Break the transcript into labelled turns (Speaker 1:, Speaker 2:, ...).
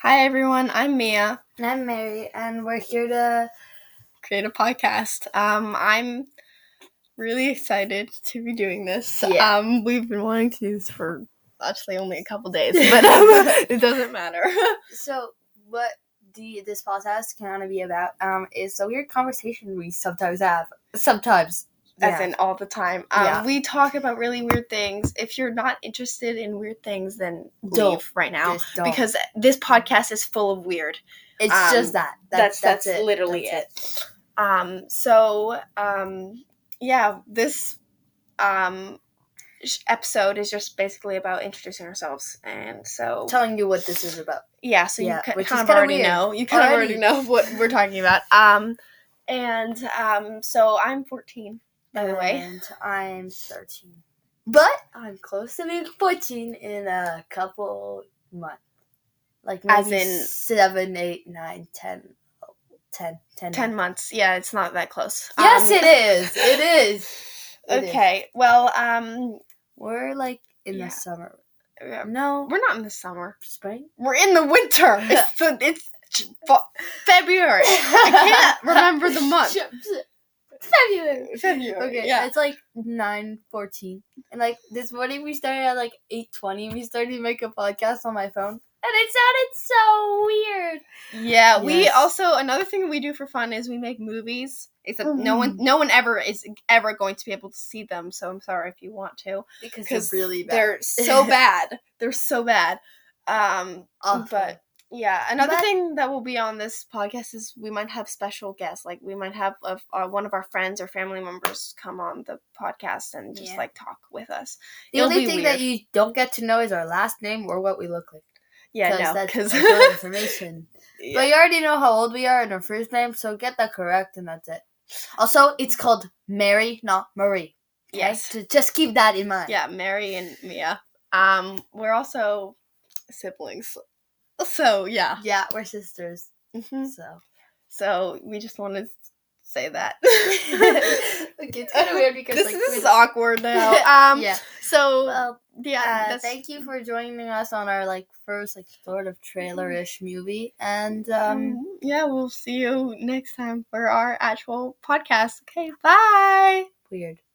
Speaker 1: Hi, everyone. I'm Mia.
Speaker 2: And I'm Mary, and we're here to.
Speaker 1: Create a podcast. Um, I'm really excited to be doing this.
Speaker 2: Yeah.
Speaker 1: Um, we've been wanting to do this for actually only a couple days, but um, it doesn't matter.
Speaker 2: So, what the, this podcast can only be about um, is the weird conversation we sometimes have. Sometimes.
Speaker 1: As
Speaker 2: Yeah.
Speaker 1: in all the time. Um,
Speaker 2: Yeah.
Speaker 1: We talk about really weird things. If you're not interested in weird things, then
Speaker 2: Don't.
Speaker 1: leave right now.
Speaker 2: Just don't.
Speaker 1: Because this podcast is full of weird.
Speaker 2: it's
Speaker 1: um,
Speaker 2: just that.
Speaker 1: that's that's, literally it. Um, so um, yeah, this um, sh- episode is just basically about introducing ourselves, and so
Speaker 2: Telling you what this is about.
Speaker 1: yeah, so
Speaker 2: Yeah,
Speaker 1: you ki-
Speaker 2: which is
Speaker 1: kind of
Speaker 2: kinda
Speaker 1: already
Speaker 2: weird.
Speaker 1: know, you kind of already
Speaker 2: Already.
Speaker 1: know what we're talking about. Um, and um, so I'm 14, by the way.
Speaker 2: And I'm 13. But I'm close to being 14 in a couple months. Like maybe
Speaker 1: As in-
Speaker 2: 7, 8, 9, 10, 10, 10.
Speaker 1: 10 months. Yeah, it's not that close.
Speaker 2: Yes,
Speaker 1: Um,
Speaker 2: it is. It is. It is.
Speaker 1: Okay, well, um,
Speaker 2: We're like in
Speaker 1: Yeah.
Speaker 2: the summer.
Speaker 1: we're
Speaker 2: No,
Speaker 1: not in the summer.
Speaker 2: spring.
Speaker 1: We're in the winter. It's the, it's j- fe- February. I can't remember the month.
Speaker 2: February.
Speaker 1: February.
Speaker 2: Okay,
Speaker 1: Yeah.
Speaker 2: it's like nine fourteen, and like this morning we started at like eight twenty. We started to make a podcast on my phone, and it sounded so weird.
Speaker 1: Yeah. We
Speaker 2: Yes.
Speaker 1: also another thing we do for fun is we make movies. Except no one
Speaker 2: Mhm.
Speaker 1: no one ever is ever going to be able to see them, so I'm sorry if you want to.
Speaker 2: Because
Speaker 1: Because
Speaker 2: it's really bad.
Speaker 1: They're so bad. They're so bad. Um
Speaker 2: Awful.
Speaker 1: but yeah, another
Speaker 2: But-
Speaker 1: thing that will be on this podcast is we might have special guests. Like we might have a, uh, one of our friends or family members come on the podcast and just
Speaker 2: Yeah.
Speaker 1: like talk with us.
Speaker 2: the
Speaker 1: it'll be
Speaker 2: only thing
Speaker 1: weird.
Speaker 2: that you don't get to know is our last name or what we look like.
Speaker 1: Yeah, no,
Speaker 2: that's
Speaker 1: because
Speaker 2: personal information. But you already know how old we are and our first name, so get that correct and that's it. Also, it's called Mary, not Marie. okay?
Speaker 1: Yes.
Speaker 2: So just keep that in mind.
Speaker 1: yeah, Mary and Mia. Um, we're also siblings, so yeah.
Speaker 2: Yeah, we're sisters.
Speaker 1: Mhm.
Speaker 2: So
Speaker 1: So we just want to say that.
Speaker 2: Okay, it's kinda weird because
Speaker 1: this,
Speaker 2: like
Speaker 1: this
Speaker 2: we-
Speaker 1: is awkward now. Um,
Speaker 2: Yeah.
Speaker 1: So
Speaker 2: Well,
Speaker 1: yeah,
Speaker 2: uh,
Speaker 1: that's,
Speaker 2: thank you for joining us on our like first like sort of trailer-ish movie, and um,
Speaker 1: um, yeah, we'll see you next time for our actual podcast. Okay, bye.
Speaker 2: weird.